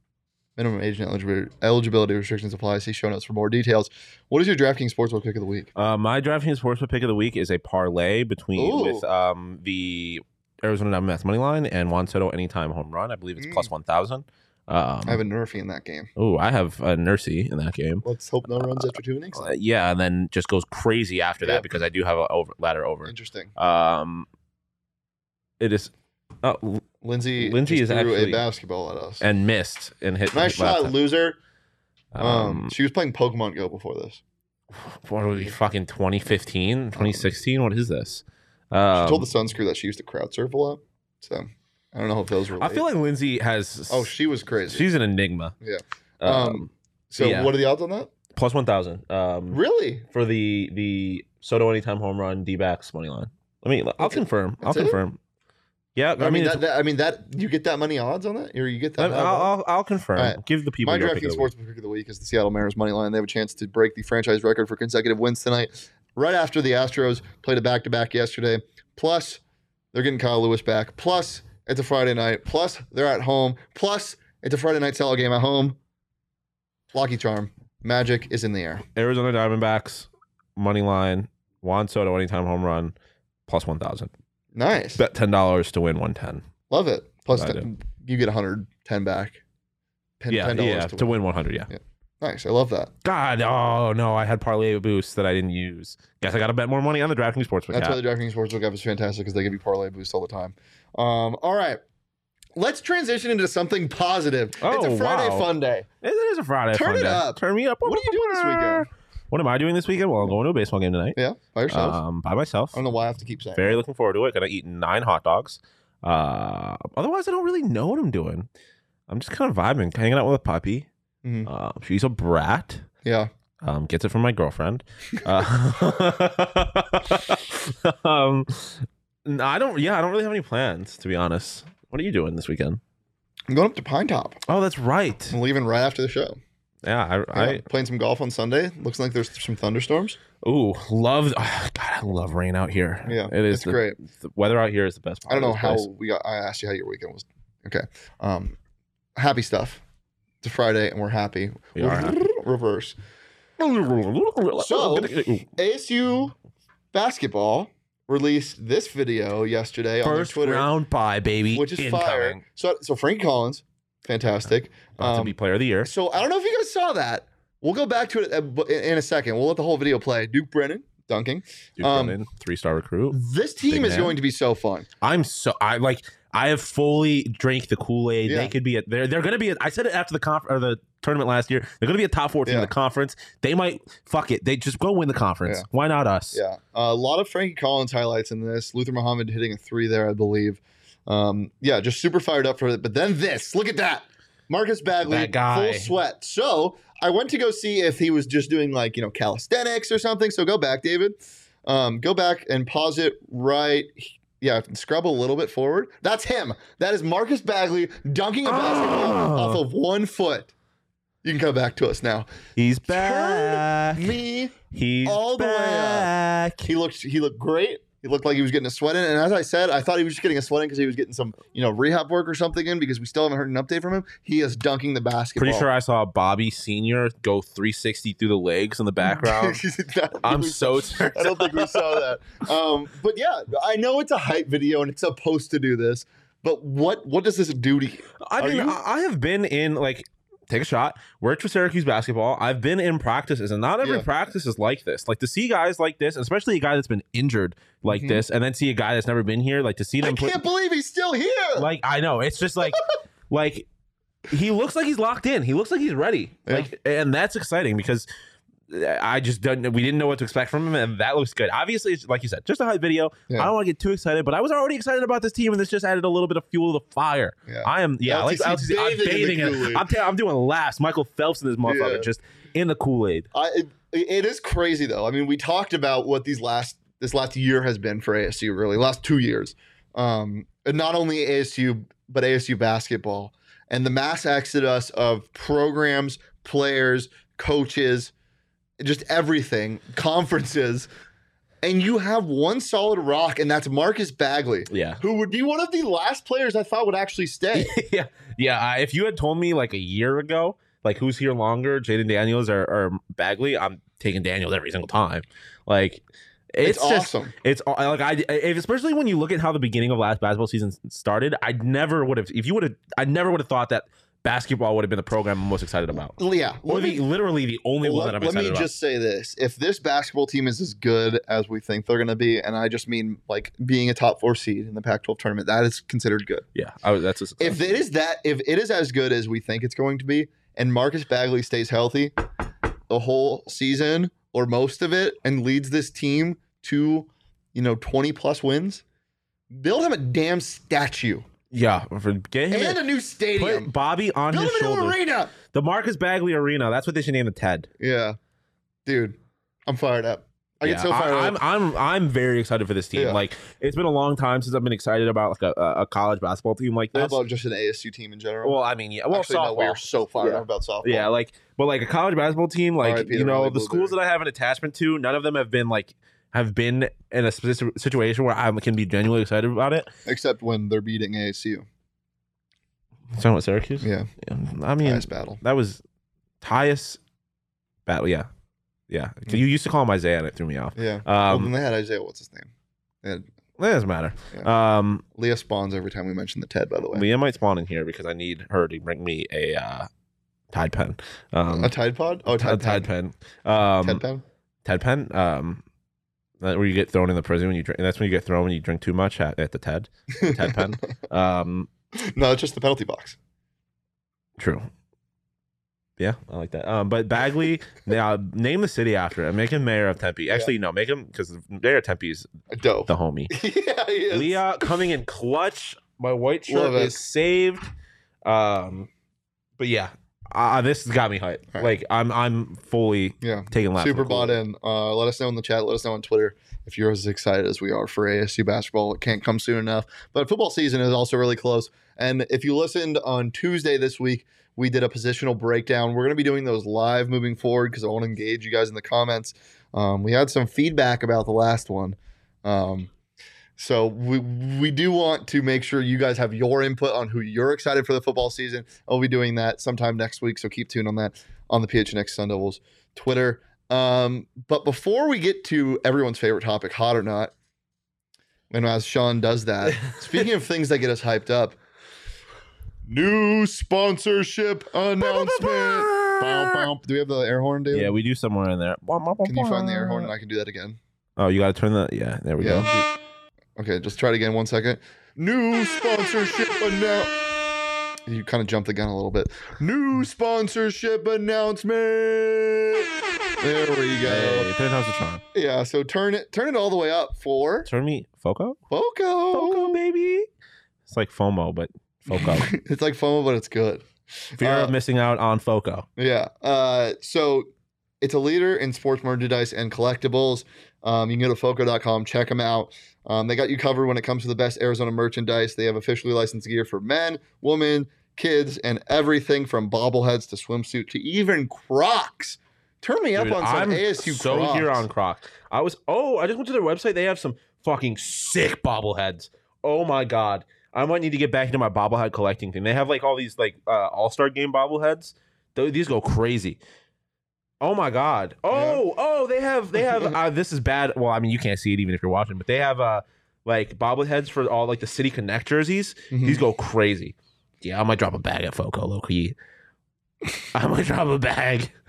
minimum age and eligibility, eligibility restrictions apply. See show notes for more details. What is your DraftKings Sportsbook pick of the week?
Uh, my DraftKings Sportsbook pick of the week is a parlay between
Ooh.
with um, the Arizona Diamondbacks money line and Juan Soto anytime home run. I believe it's
Mm.
plus one thousand. Um,
I have a Nerfy in that game.
oh, I have a Nursey in that game.
Let's hope no runs after two innings.
Uh, yeah, and then just goes crazy after that
Yep.
because I do have a over, ladder over.
Interesting.
Um, it is oh,
Lindsay,
Lindsay
just
is
threw
actually-
a basketball at us.
and missed and hit.
nice
hit last
shot,
time.
loser.
Um,
Um, she was playing Pokemon Go before this.
what are we fucking 2015, 2016? What is this? Um,
She told the sunscrew that she used to crowd surf a lot. So I don't know if those were.
I feel like Lindsay has.
oh, she was crazy.
She's an enigma.
Yeah.
Um,
Um, so
yeah.
what are the odds on that?
plus one thousand. Um,
Really?
for the the Soto anytime home run D backs money line. Let me. I'll
That's it?
confirm. I'll
That's it?
confirm. Yeah,
I, mean,
it's-
that, that- I mean that you get that many odds on that, or you get that.
I'll, I'll, I'll confirm.
All right.
Give the people
My
your
DraftKings
pick of the week.
sports pick of the week is the Seattle Mariners money line. They have a chance to break the franchise record for consecutive wins tonight, right after the Astros played a back to back yesterday. Plus, they're getting Kyle Lewis back. Plus, it's a Friday night. Plus, they're at home. Plus, it's a Friday night salad game at home. Lucky charm, magic is in the air.
Arizona Diamondbacks money line. Juan Soto anytime home run plus one thousand.
Nice,
Bet ten dollars to win one ten.
love it. Plus,
I
10, you get 110 back. Pen-
Yeah,
$10
yeah, to win one hundred. Yeah.
Nice, I love that.
God, oh no, I had parlay boost that I didn't use. Guess I got to bet more money on the DraftKings Sportsbook
That's
app.
why the DraftKings Sportsbook app is fantastic because they give you parlay boosts all the time. Um, all right. Let's transition into something positive. it's
Oh,
a Friday
wow.
fun day.
it is a Friday.
Turn
fun
it
day.
up.
Turn me up.
What are you doing this weekend?
What am I doing this weekend? Well, I'm going to a baseball game tonight.
Yeah, by yourself. Oh,
Um, by myself.
I don't know why I have to keep saying. it.
Very looking forward to it. Gonna eat nine hot dogs. Uh, otherwise, I don't really know what I'm doing. I'm just kind of vibing, hanging out with a puppy.
Mhm.
Uh, she's a brat.
Yeah,
um, gets it from my girlfriend. Uh, um, no, I don't. Yeah, I don't really have any plans to be honest. What are you doing this weekend?
I'm going up to Pine Top.
Oh, that's right.
I'm leaving right after the show.
Yeah, I.
Yeah, playing some golf on Sunday. Looks like there's some thunderstorms.
I ooh, love. ah, God, I love rain out here.
Yeah,
it is
it's
the-
great.
The weather out here is the best.
I
part
don't
of
know
this
how
place.
we got. I asked you how your weekend was. Okay. Um, happy stuff. It's a Friday and we're happy.
We are happy.
Reverse. So- ASU basketball released this video yesterday on their
first
Twitter,
round by baby,
which is fire.
incoming.
So, so Frank Collins, fantastic.
About to
Um,
be player of the year.
So I don't know if you guys saw that. We'll go back to it uh, bu- in in a second. We'll let the whole video play. Duke Brennan dunking.
Duke
um,
Brennan, three star recruit.
This team
Big
is
man.
going to be so fun.
I'm so I like I have fully drank the Kool Aid.
Yeah.
They could be a, they're they're gonna be. A, I said it after the conf or the tournament last year. They're gonna be a top four team
Yeah.
in the conference. They might fuck it. They just go win the conference.
Yeah.
Why not us?
Yeah, a lot of Frankie Collins highlights in this. Luther Muhammad hitting a three there, I believe. Um, yeah, just super fired up for it. But then this, look at that, Marcus Bagley,
That guy.
full sweat. So I went to go see if he was just doing like you know calisthenics or something. So go back, David. Um, go back and pause it right. Yeah, scrub a little bit forward. That's him. That is Marcus Bagley dunking a basketball
Oh.
off of one foot. You can come back to us now.
He's
Turn
back.
me
He's
all the way up.
back.
he looked he looked great. He looked like he was getting a sweat in, and as I said, I thought he was just getting a sweat in because he was getting some you know rehab work or something in because we still haven't heard an update from him. He is dunking the basketball.
Pretty sure I saw Bobby Senior go 360 through the legs in the background. I'm so turned.
I don't think we saw that. Um, but yeah, I know it's a hype video and it's supposed to do this, but what what does this do to you?
I
Are
mean,
you-
I I have been in like take a shot. Worked for Syracuse basketball. I've been in practices, and not every
Yeah.
practice is like this. Like to see guys like this, especially a guy that's been injured like
Mhm.
this, and then see a guy that's never been here. Like to see
I
them put,
can't believe he's still here.
like I know it's just like like he looks like he's locked in. He looks like he's ready.
Yeah.
Like and that's exciting because I just didn't we didn't know what to expect from him and that looks good. Obviously it's like you said, just a hype video.
Yeah.
I don't want to get too excited, but I was already excited about this team and this just added a little bit of fuel to the fire.
Yeah.
I am yeah,
LTC
like I'm
bathing in the
bathing in
Kool-Aid.
it. I'm, tell- I'm doing laughs. Michael Phelps in this motherfucker
Yeah.
just in the Kool-Aid.
I it, it is crazy though. I mean, we talked about what these last this last year has been for ASU really last two years, um, and not only ASU but ASU basketball and the mass exodus of programs, players, coaches, just everything, conferences, and you have one solid rock, and that's Marcus Bagley,
Yeah.
who would be one of the last players I thought would actually stay.
yeah, yeah. I, if you had told me like a year ago, like who's here longer, Jaden Daniels or, or Bagley, I'm taking Daniels every single time. Like
It's,
it's, just,
awesome.
It's aw- like I, if, especially when you look at how the beginning of last basketball season started. I never would have. If you would have, I never would have thought that basketball would have been the program I'm most excited about.
yeah,
Or
let me-
the, literally the only one
let,
that I'm
let
excited
me
about.
just say this if this basketball team is as good as we think they're going to be and i just mean like being a top four seed in the pac 12 tournament that is considered good
yeah, I, was- that's a
if it is that if it is as good as we think it's going to be and marcus bagley stays healthy the whole season or most of it and leads this team to you know 20 plus wins build him a damn statue
yeah, for, get him
and
in-
a new stadium
put Bobby on
build
his
him a new
shoulders.
arena
The Marcus Bagley Arena. That's what they should name the TED.
yeah dude i'm fired up i get so fired up
am I'm I'm very excited for this team.
Yeah.
Like it's been a long time since I've been excited about like a, a college basketball team like
How
this.
about just an ASU team in general?
Well, I mean, yeah, well,
Actually, no,
softball.
we are so fired
Yeah.
up about softball.
yeah, like but like a college basketball team, like
RIP to
you know,
Riley
the schools
Blueberry.
that I have an attachment to, none of them have been like have been in a specific situation where I can be genuinely excited about it.
except when they're beating ASU.
Talking about Syracuse,
Yeah,
I mean,
nice battle.
that was Tyus battle. Yeah, yeah.
Mm.
You used to call him Isaiah, and it threw me off.
Yeah. well, then
Um,
they had Isaiah. What's his name? And
that doesn't matter. Um,
Leah spawns every time we mention the Ted. By the way,
Leah might spawn in here because I need her to bring me a uh, Tide Pen. Um,
a Tide Pod. Oh,
a
Tide
Tide
Pen.
Pen. Um,
Ted Pen.
Ted Pen. Um, that- where you get thrown in the prison when you drink. That's when you get thrown when you drink too much at, at the Ted. Ted Pen. Um,
No, it's just the penalty box.
true. Yeah, I like that. Um, but Bagley, now name the city after him. Make him mayor of Tempe. Actually, no, make him because mayor of Tempe is
Dope.
the homie.
yeah, he is.
Leah coming in clutch. My white
Love
shirt
it.
is saved. Um, but yeah, uh, this has got me hyped.
All right.
Like I'm I'm fully
Yeah.
taking laps.
Super
on Cool.
bought in. Uh, let us know in the chat. Let us know on Twitter if you're as excited as we are for ASU basketball. It can't come soon enough. But football season is also really close. And if you listened on Tuesday this week, we did a positional breakdown. We're going to be doing those live moving forward because I want to engage you guys in the comments. Um, we had some feedback about the last one. Um, so we we do want to make sure you guys have your input on who you're excited for the football season. I'll be doing that sometime next week, so keep tuned on that on the PHNX Sun Devils Twitter. Um, but before we get to everyone's favorite topic, hot or not, and as Sean does that, speaking of things that get us hyped up, new sponsorship announcement. Bow, bow. Do we have the air horn, dude?
Yeah, we do somewhere in there.
Can you find the air horn and I can do that again?
Oh, you got to turn the. Yeah, there we go.
Yeah. Okay, just try it again. One second. New sponsorship announcement. You kind of jumped the gun a little bit. New sponsorship announcement. There we
Hey,
go.
turn how's the charm.
Yeah. So turn it, turn it all the way up for
Turn me Foco.
Foco. Oh.
Foco, baby. It's like FOMO, but Foco.
it's like FOMO, but it's good.
Fear
Uh,
of missing out on Foco.
Yeah. Uh, so it's a leader in sports merchandise and collectibles. Um, you can go to foco.com, check them out. Um, they got you covered when it comes to the best Arizona merchandise. They have officially licensed gear for men, women, kids, and everything from bobbleheads to swimsuit to even Crocs. Turn me up
Dude,
on some ASU
so
Crocs.
here on Croc. I was. Oh, I just went to their website. They have some fucking sick bobbleheads. Oh my god. I might need to get back into my bobblehead collecting thing. They have like all these like uh, All Star Game bobbleheads. Th- these go crazy. Oh my god. Oh oh they have they have uh, this is bad. Well, I mean you can't see it even if you're watching, but they have uh like bobbleheads for all like the City Connect jerseys.
Mhm.
These go crazy. Yeah, I might drop a bag at Foco, low key. I might drop a bag.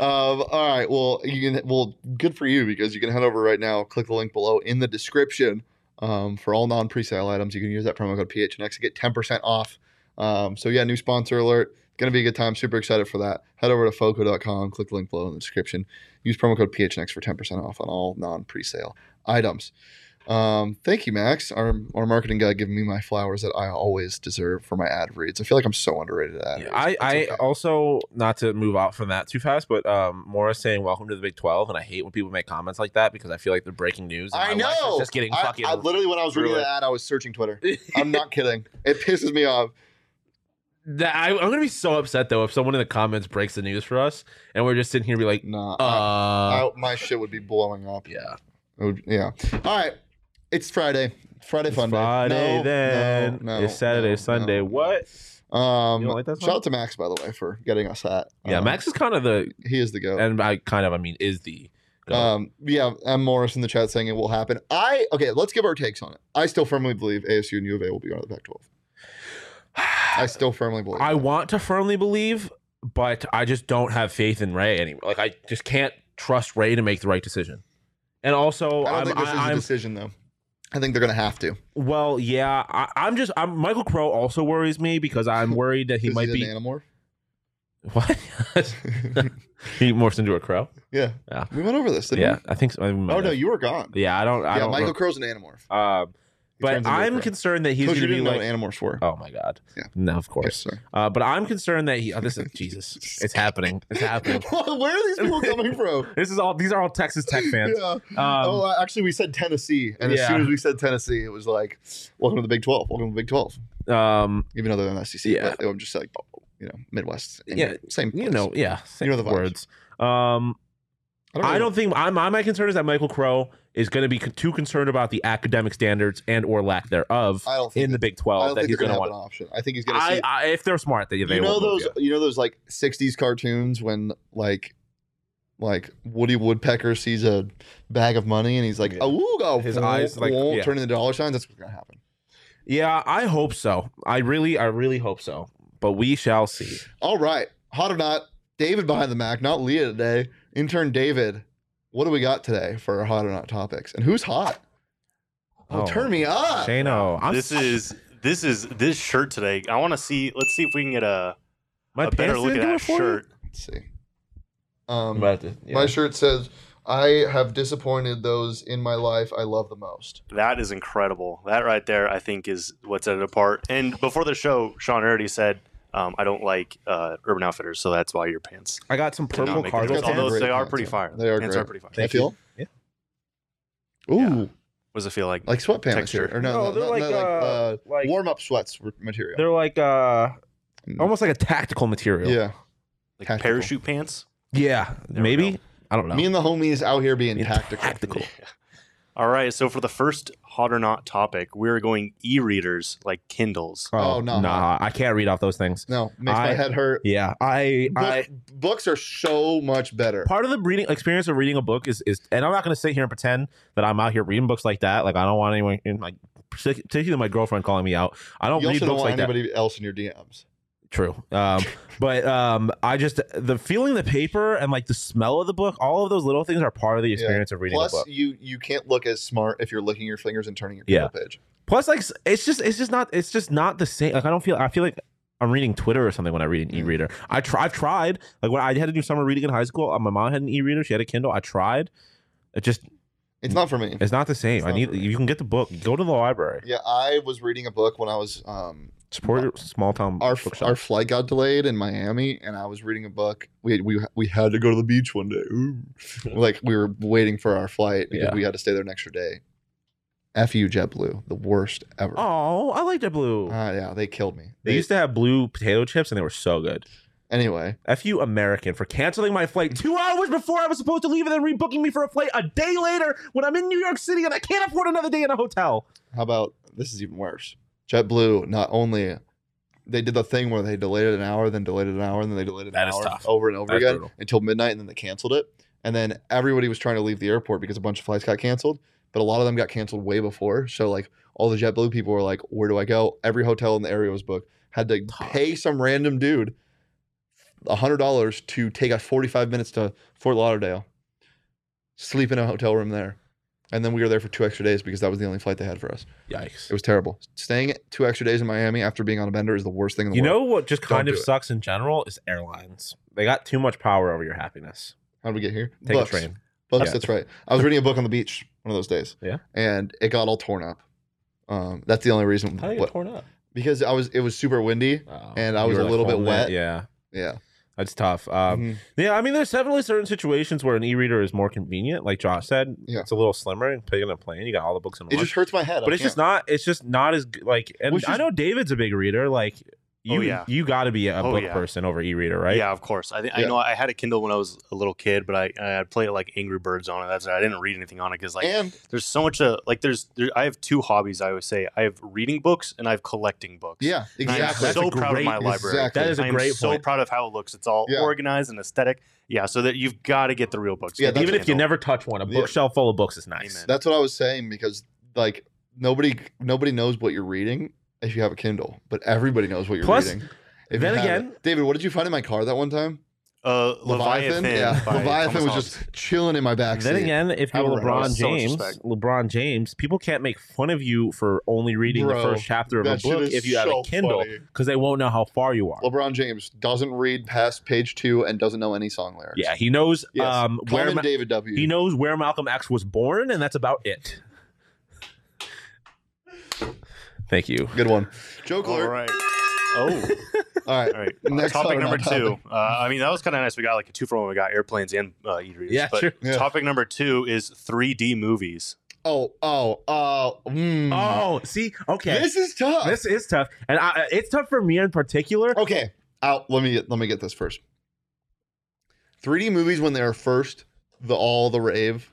Um, all right. Well, you can. Well, good for you because you can head over right now. Click the link below in the description um, for all non-presale items. You can use that promo code PHNX to get ten percent off. Um, so yeah, new sponsor alert. Gonna be a good time. Super excited for that. Head over to foco.com. Click the link below in the description. Use promo code PHNX for ten percent off on all non-presale items. Um, thank you, Max, our, our marketing guy, giving me my flowers that I always deserve for my ad reads. I feel like I'm so underrated at ad
Yeah,
reads.
I,
It's
I
okay.
also not to move out from that too fast, but um, Morris saying welcome to the Big Twelve, and I hate when people make comments like that because I feel like they're breaking news. and
I
my
know.
life is just getting
I,
fucking.
I literally, when I was reading
ruined.
that ad, I was searching Twitter. I'm not kidding. It pisses me off.
That- I, am gonna be so upset though if someone in the comments breaks the news for us, and we're just sitting here be like,
Nah,
uh,
I- I- my shit would be blowing up.
yeah,
It would- yeah. All right. It's Friday. Friday
It's
fun day.
Friday
No,
then
no, no,
it's Saturday,
no,
Sunday.
no.
what?
Um,
You don't like that
shout
song?
out to Max by the way for getting us that.
yeah,
Um,
Max is kind of the,
He is the goat.
and I kind of, I mean, is the.
Um, yeah, M. Morris in the chat saying it will happen. I okay. Let's give our takes on it. I still firmly believe ASU and U of A will be out of the Pac-12. I still firmly believe.
I want to firmly believe, but I just don't have faith in Ray anymore. Like I just can't trust Ray to make the right decision. And
I
also,
don't
I'm,
think this
I,
is a
am
decision though. I think they're gonna have to.
well, yeah. I, I'm just. I'm Michael Crow also worries me because I'm worried that he
Is
might
he
be
an animorph.
what he morphs into a crow.
Yeah.
Yeah.
We went over this, didn't
yeah,
we?
I think. So. I might
Oh no,
have.
you were gone.
yeah, I don't. I
yeah, Michael
don't. Michael.
Crow's an animorph.
Um,
He turns
but
into a
I'm
crow.
concerned that he's
Coach,
going
you
to
didn't know
be like,
what animorphs were.
oh my god.
Yeah.
No, of
Okay,
course.
sorry.
Uh, but I'm concerned that he. Oh, this is Jesus. It's happening. It's happening.
Where are these people coming from?
This is all. These are all Texas Tech fans.
Yeah.
Um,
oh, actually, we said Tennessee, and as
Yeah.
soon as we said Tennessee, it was like, "Welcome to the Big 12. Welcome to the Big 12."
um,
Even though they're in the SEC,
Yeah.
but I'm just like, you know, Midwest.
Yeah,
same.
you
place.
know, yeah, same
know the vibes.
words. Um,
I don't.
I
really-
don't think I'm, my my concern is that Michael Crow is going to be con- too concerned about the academic standards and or lack thereof
I don't think
in the
that-
Big
I
Twelve
don't
that
think
he's
they're
going
gonna
to
have
want.
an option. I think he's gonna
I,
see.
I, if they're smart, they, they
you know
will move
those. You know those like '60s cartoons when like. Like Woody Woodpecker sees a bag of money and he's like,
Yeah.
"Oh, go!"
His eyes, like, yeah.
turning the dollar signs. That's what's gonna happen.
you. Yeah, I hope so. I really, I really hope so. But we shall see.
All right. Hot or not, David behind the Mac, not Leah today. Intern David, what do we got today for our hot or not topics? And who's hot? Oh,
Oh.
turn me up.
Shano, I'm,
Uh, this is this is this shirt today. I want to see. Let's see if we can get a,
my
a better
pants
look at
didn't do
that
it for
shirt.
Let's see.
You?
Um,
I'm about to- yeah.
My shirt says, I have disappointed those in my life I love the most.
That is incredible. That right there, I think, is what set it apart. And before the show, Sean already said Um, I don't like uh, Urban Outfitters, so that's why your pants.
I got some
did not
purple
make the
cargo
difference,
pants.
Although
pants.
Great
they are
pants,
pretty
yeah.
fire.
They are
pants
great.
are pretty fire.
I
Thank
feel
you.
ooh
Yeah. What does it feel like?
like sweatpants
Texture.
here or no, no,
they're
no,
like,
no,
uh, like-
warm up sweats were- material.
They're like uh,
Mm.
almost like a tactical material.
yeah,
Like
tactical.
parachute pants?
Yeah.
There we
maybe
go.
I don't know.
me and the homies out here being
Being
tactical.
tactical.
All right. So for the first hot or not topic, we're going e-readers like Kindles.
Oh, no.
Nah, I can't read off those things.
No, makes my
I-
head hurt.
Yeah, I,
Book-
I
books are so much better.
part of the reading experience of reading a book is is, and I'm not going to sit here and pretend that I'm out here reading books like that. Like I don't want anyone in my particularly my girlfriend calling me out. I don't
you
read
also don't
books
want
like that.
anybody else in your DMs.
True. Um, but um, I just the feeling of the paper and like the smell of the book, all of those little things are part of the
Yeah.
experience of reading
Plus,
a book.
you you can't look as smart if you're licking your fingers and turning your
Yeah.
Kindle page.
Plus, like s- it's just it's just not it's just not the same. Like I don't feel I feel like I'm reading Twitter or something when I read an
Mm.
e-reader. I try I've tried like when I had to do summer reading in high school. uh, My mom had an e-reader. She had a Kindle. I tried. It just
It's not for me.
it's not the same.
It's
I
not
need
for me.
you can get the book. Go to the library.
Yeah, I was reading a book when I was um
Support your small town
our
bookshop.
our flight got delayed in Miami, and I was reading a book. We we we had to go to the beach one day. Ooh. like we were waiting for our flight because
Yeah.
we had to stay there an extra day. F you JetBlue, the worst ever.
oh, I like JetBlue.
Ah, yeah, they killed me.
they
They-
used to have blue potato chips and they were so good.
anyway.
F you American for canceling my flight two hours before I was supposed to leave and then rebooking me for a flight a day later when I'm in New York City and I can't afford another day in a hotel.
How about this is even worse? JetBlue not only they did the thing where they delayed it an hour, then delayed it an hour, and then they delayed it an
That is
hour
tough.
over and over
That's
again
brutal.
until midnight, and then they canceled it. And then everybody was trying to leave the airport because a bunch of flights got canceled, but a lot of them got canceled way before. So like all the JetBlue people were like, "Where do I go?" Every hotel in the area was booked. Had to pay some random dude hundred dollars to take us forty-five minutes to Fort Lauderdale, sleep in a hotel room there, and then we were there for two extra days because that was the only flight they had for us.
Yikes.
It was terrible. Staying two extra days in Miami after being on a bender is the worst thing in the
You
world.
know what just
Don't
kind
do
of
it.
sucks in general is airlines. They got too much power over your happiness.
How did we get here?
Take
Books.
a train.
Books,
Yeah.
that's right. I was reading a book on the beach one of those days.
Yeah.
And it got all torn up. Um, that's the only reason.
How do you
but-
get torn up?
because I was it was super windy. And I
Oh, You
was
were,
a
like,
little bit
holding it.
wet.
Yeah.
Yeah.
That's tough. Um,
Mhm.
Yeah, I mean, there's definitely certain situations where an e-reader is more convenient. Like Josh said,
Yeah.
it's a little slimmer. And picking a plane, you got all the books in one.
Mm-hmm. It just hurts my head. I
but it's just
can't.
not it's just not as g- like and
Which
i
is-
know david's a big reader like you
Oh, yeah.
you got to be a
Oh,
book
yeah.
person over e-reader right
Yeah, of course. I think
Yeah.
I know. I had a Kindle when I was a little kid, but I I I'd play like Angry Birds on it. That's it. I didn't read anything on it because like
and
there's so much uh, like there's there, I have two hobbies. I always say I have reading books and I have collecting books.
yeah,
And I am
exactly.
That's
so
a
proud of
great-
my library.
Exactly.
That is a
I am
great
so
point.
proud of how it looks. It's all
Yeah.
organized and aesthetic. Yeah, so that you've got to get the real books.
Yeah,
Get the
even if you
Kindle.
never touch one a
Yeah.
bookshelf full of books is nice
Amen.
That's what I was saying because like nobody nobody knows what you're reading if you have a Kindle, but everybody knows what you're
Plus,
reading. If you
then
have it.
again-
David, what did you find in my car that one time?
uh, Leviathan,
yeah,
by
Leviathan
Thomas
was
Hobbes.
just chilling in my backseat.
then again if
Have
you're
a right.
lebron
With so much
james
respect.
lebron james people can't make fun of you for only reading
Bro,
the first chapter of a
that shit
book
is
if you have
so
a kindle
funny.
because they won't know how far you are
LeBron James doesn't read past page two and doesn't know any song lyrics.
yeah he knows
Yes.
um
Call
where
him
Ma-
David W.
he knows where malcolm x was born and that's about it thank you
Good one. Joke
All
alert.
right. Oh,
All right.
all right.
Next
topic
hot or
number
not
two.
topic.
Uh, I mean, that was kind of nice. We got like a two for one. We got airplanes and uh, e-readers.
Yeah,
but
sure.
Yeah.
Topic number two is 3D movies.
Oh, oh, oh. mm.
oh see okay
This is tough. Oh,
This is tough, and I, uh, it's tough for me in particular.
okay. Out. Let me get, let me get this first. 3D movies when they were first the all the rave,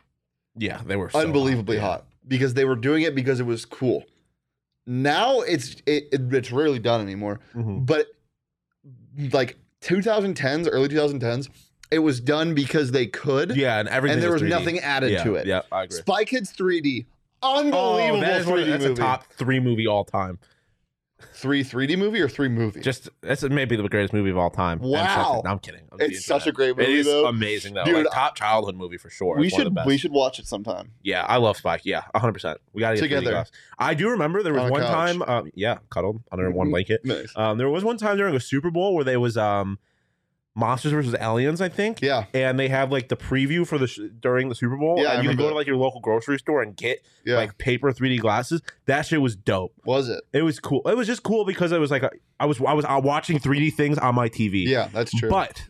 Yeah, they were
unbelievably hot, because they were doing it because it was cool. Now it's it, it- it's rarely done anymore,
Mhm.
but like 2010s, early 2010s, it was done because they could.
Yeah, and everything.
and there was
was 3D.
nothing added
yeah,
to it.
Yeah, I agree.
Spy Kids 3D, unbelievable
Oh, that is
3D
one of- that's
movie.
a top three movie all time.
Three 3D movie or three movies?
Just that's maybe the greatest movie of all time. And
Wow.
such a- I'm kidding. I'm being
it's such a
dramatic.
great movie
It is
though.
amazing though.
Dude,
like, top childhood movie for sure.
we
It's one of
should
the best.
we should watch it sometime.
Yeah, I love Spike. Yeah, 100. percent We got to get
Together.
together. I do remember there was
On a
one
couch. Mm-hmm.
time. Um, yeah, cuddled under one blanket.
Nice.
Um, there was one time during a Super Bowl where they was um, Monsters versus Aliens, I think.
Yeah,
And they have like the preview for the sh- during the Super Bowl,
Yeah, I
and you can
remember
go
that.
to like your local grocery store and get
yeah.
like paper 3D glasses. That shit was dope.
was it?
It was cool. It was just cool because it was like I was I was uh, watching 3D things on my TV.
Yeah, that's true.
But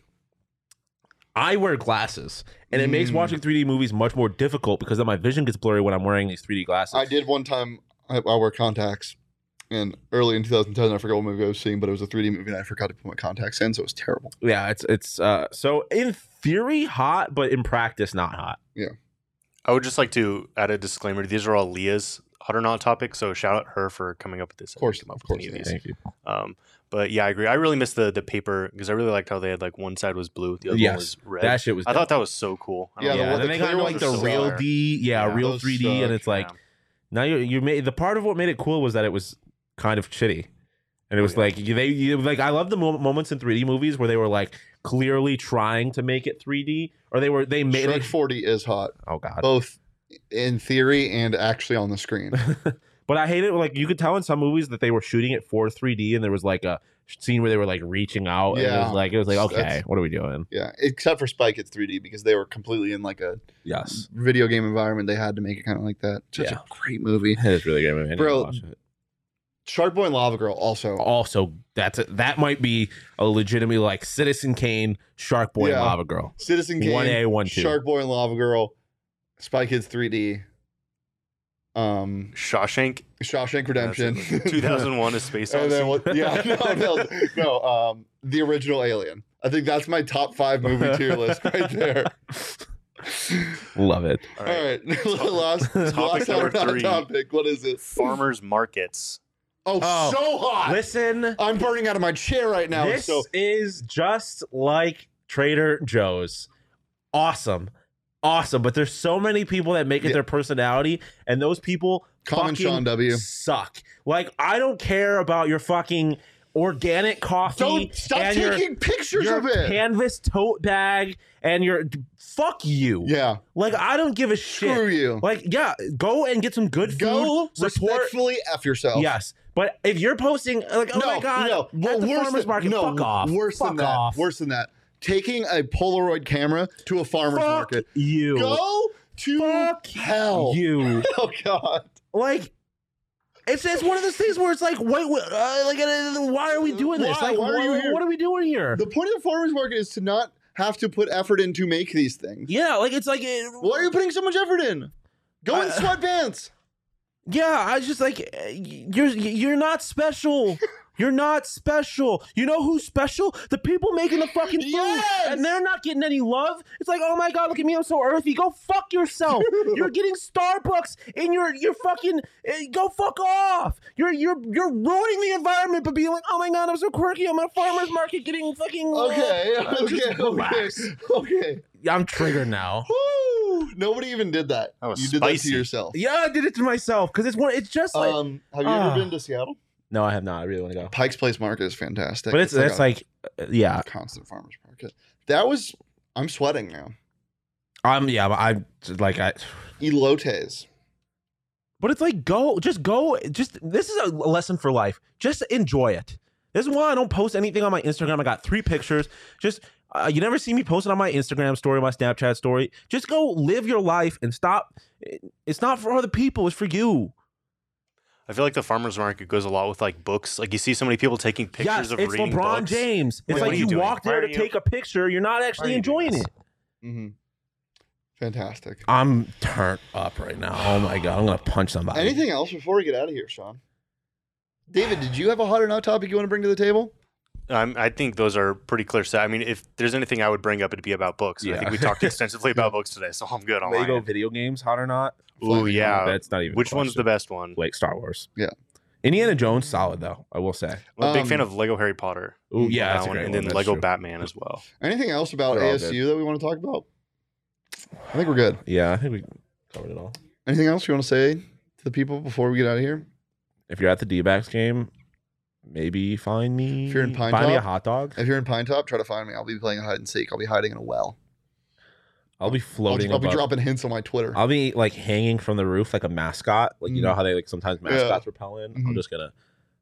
I wear glasses, and it makes
Mm.
watching 3D movies much more difficult because then my vision gets blurry when I'm wearing these 3D glasses.
I did one time. I, I wear contacts, and early in 2010, I forgot what movie I was seeing, but it was a 3D movie, and I forgot to put my contacts in, so it was terrible.
Yeah, it's it's uh so in theory hot, but in practice not hot.
I would just like to add a disclaimer. These are all Leah's hot or not topic, so shout out her for coming up with this. I
Of course,
didn't come up
of
with any
course,
of these.
Thank you.
Um, but yeah, I agree. I really missed the the paper because I really liked how they had like one side was blue, the other
Yes.
one was red.
That shit was.
I
dope.
thought that was so cool. I
Yeah,
don't
the
yeah,
know.
one-
and then they
clear
got into, like
ones
the
are
real
smaller.
D, yeah,
Yeah,
real
those
3D, and
suck,
it's like
Yeah.
now you you made the part of what made it cool was that it was kind of shitty, and it was
yeah.
like you- they you, like I love the mo- moments in 3D movies where they were like clearly trying to make it 3D, or they were they made
Shrek
it.
40 is hot,
Oh god,
both in theory and actually on the screen.
But I hate it. Like you could tell in some movies that they were shooting it for 3D, and there was like a scene where they were like reaching out, and it
Yeah.
was like it was like okay,
That's-
what are we doing?
Yeah, except for Spike, it's 3D because they were completely in like a
Yes,
video game environment. They had to make it kind of like that. Such
Yeah.
a great movie.
it is really great movie. I need to
Bro.
watch it.
Shark Boy and Lava Girl also.
Also, that's that might be a legitimately like Citizen Kane, Shark Boy, and
Yeah.
Lava Girl.
Citizen Kane,
1A, 1-2.
Shark Boy and Lava Girl, Spy Kids 3D, um,
Shawshank
Shawshank
that's
Redemption,
it. 2001 is Space
and
Odyssey.
then what? Yeah, no, no, no, um, the original Alien. I think that's my top five movie tier list right there.
Love it.
All
All
right.
right, last,
Topic
last hot
number
or not
three.
topic. What is it?
Farmers markets.
Oh,
Oh,
so hot!
Listen,
I'm burning out of my chair right Oh, now.
this
so
is just like Trader Joe's. Awesome. Awesome, but there's so many people that make it
Yeah.
their personality, and those people
common
fucking
Sean W.
suck. Like I don't care about your fucking organic coffee
Don't stop
and your,
taking pictures
your
of it.
canvas tote bag and your fuck you.
yeah,
Like I don't give a shit.
screw you.
Like yeah, go and get some good
Go
food. Support.
respectfully f yourself.
Yes, but if you're posting like oh
no,
my god,
no.
at the farmers market,
no,
fuck off.
Worse
fuck
than that.
off.
Worse than that. Taking a Polaroid camera to a farmer's
fuck
market.
you.
Go to
Fuck
hell.
You.
Oh God.
like it's it's one of those things where it's like wait, wh- uh, like uh, why are we doing this
Why?
like
Why are
wh-
you here?
what are we doing here
The point of the farmer's market is to not have to put effort in to make these things.
yeah like it's like uh, it,
Why are you putting so much effort in? Go in
I-
sweatpants.
yeah i was just like uh, y- you're you're not special you're not special you know who's special the people making the fucking food
Yes!
and they're not getting any love it's like oh my god look at me i'm so earthy go fuck yourself you're getting starbucks and you're you're fucking uh, go fuck off you're you're you're ruining the environment but being like oh my god i'm so quirky i'm at a farmer's market getting fucking uh,
Okay.
Uh, just
Okay. Okay.
relax.
Okay.
I'm triggered now.
Woo! Nobody even did that.
That was
you did that
spicy.
to yourself.
Yeah, I did it to myself because it's one. It's just like
Um, have you
Ah.
ever been to Seattle?
no, I have not. I really want to go,
Pike's Place Market is fantastic.
but it's that's
a
like, uh, yeah,
constant farmers market. That was I'm sweating now.
I'm yeah, I'm like I,
Elotes.
but it's like go, just go, just this is a lesson for life. Just enjoy it. This is why I don't post anything on my Instagram. I got three pictures. Just uh, you never see me posting on my Instagram story, my Snapchat story. Just go live your life and stop. It's not for other people. It's for you.
I feel like the farmers market goes a lot with like books. Like you see so many people taking pictures
yes,
of
it's
reading
LeBron
books.
James.
Like,
It's
what
like
are
you
you doing?
walked
Why
there
are
to
you-
take a picture. You're not
are
actually
you doing
enjoying
this?
it.
Mm-hmm. Fantastic.
I'm turned up right now. Oh my god, I'm gonna punch somebody.
Anything else before we get out of here, Sean? David, did you have a hot or not topic you want to bring to the table?
Um, I think those are pretty clear. So I mean, if there's anything I would bring up, it'd be about books. And I
Yeah.
think we talked extensively about books today, so I'm good on
Lego
that.
video games, hot or not?
Ooh, yeah.
That's not even. a
Which one's the
question.
best one?
Like Star Wars.
Yeah.
Indiana Jones, solid though. I will say.
I'm a big
Um,
fan of Lego Harry Potter.
Ooh, yeah,
that
that's a
one,
great
and
one.
then
That's
Lego
true.
Batman as well.
Anything else about
They're all
ASU that we want to talk about? I think we're good.
Yeah, I think we covered it all.
Anything else you want to say to the people before we get out of here?
If you're at the D-backs game, maybe find me.
If you're in Pine
find me a
Top-
hot dog.
If you're in Pine Top, try to find me. I'll be playing hide and seek. I'll be hiding in a well.
I'll be
I'll,
floating.
I'll be
above-
dropping hints on my Twitter.
uh, I'll be like hanging from the roof like a mascot. Like you know how they like sometimes
Mm. Yeah.
mascots repel in. I'm
Mhm.
just gonna,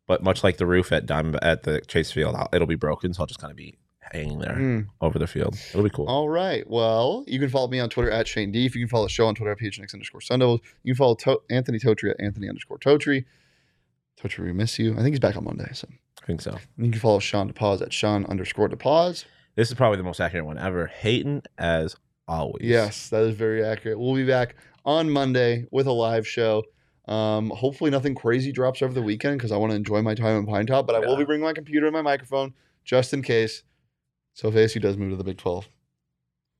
but much like the roof at Diamond at the Chase Field, I'll, it'll be broken. So I'll just kind of be hanging there
Hmm.
over the field. It'll be cool.
All right. Well, you can follow me on Twitter at Shane Deef. You can follow the show on Twitter at PHNX underscore Sun Devils. You can follow to- Anthony Totri at Anthony underscore Totri. Totri, we miss you. I think he's back on Monday. So
I think so.
and you can follow Sean DePause at Sean underscore DePause.
This is probably the most accurate one ever. Hayton, as always.
Yes, that is very accurate. We'll be back on Monday with a live show. Um, hopefully, nothing crazy drops over the weekend because I want to enjoy my time in Pine Top, but I will
Yeah.
be bringing my computer and my microphone just in case. So if ASU does move to the Big 12,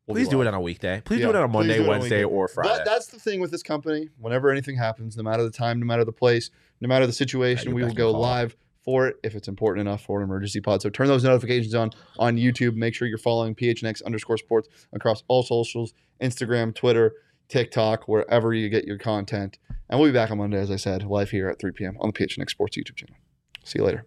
we'll be
Please do
live.
it on a weekday. Please
Yeah,
do it on a
please
Monday,
do it on a
Wednesday,
weekend.
or Friday.
But that's the thing with this company. Whenever anything happens, no matter the time, no matter the place, no matter the situation,
you're
we
back
will
in
go
call.
live for it if it's important enough for an emergency pod. So turn those notifications on on YouTube. Make sure you're following PHNX underscore sports across all socials Instagram, Twitter, TikTok, wherever you get your content. And we'll be back on Monday, as I said, live here at 3 p.m. on the PHNX Sports YouTube channel. See you later.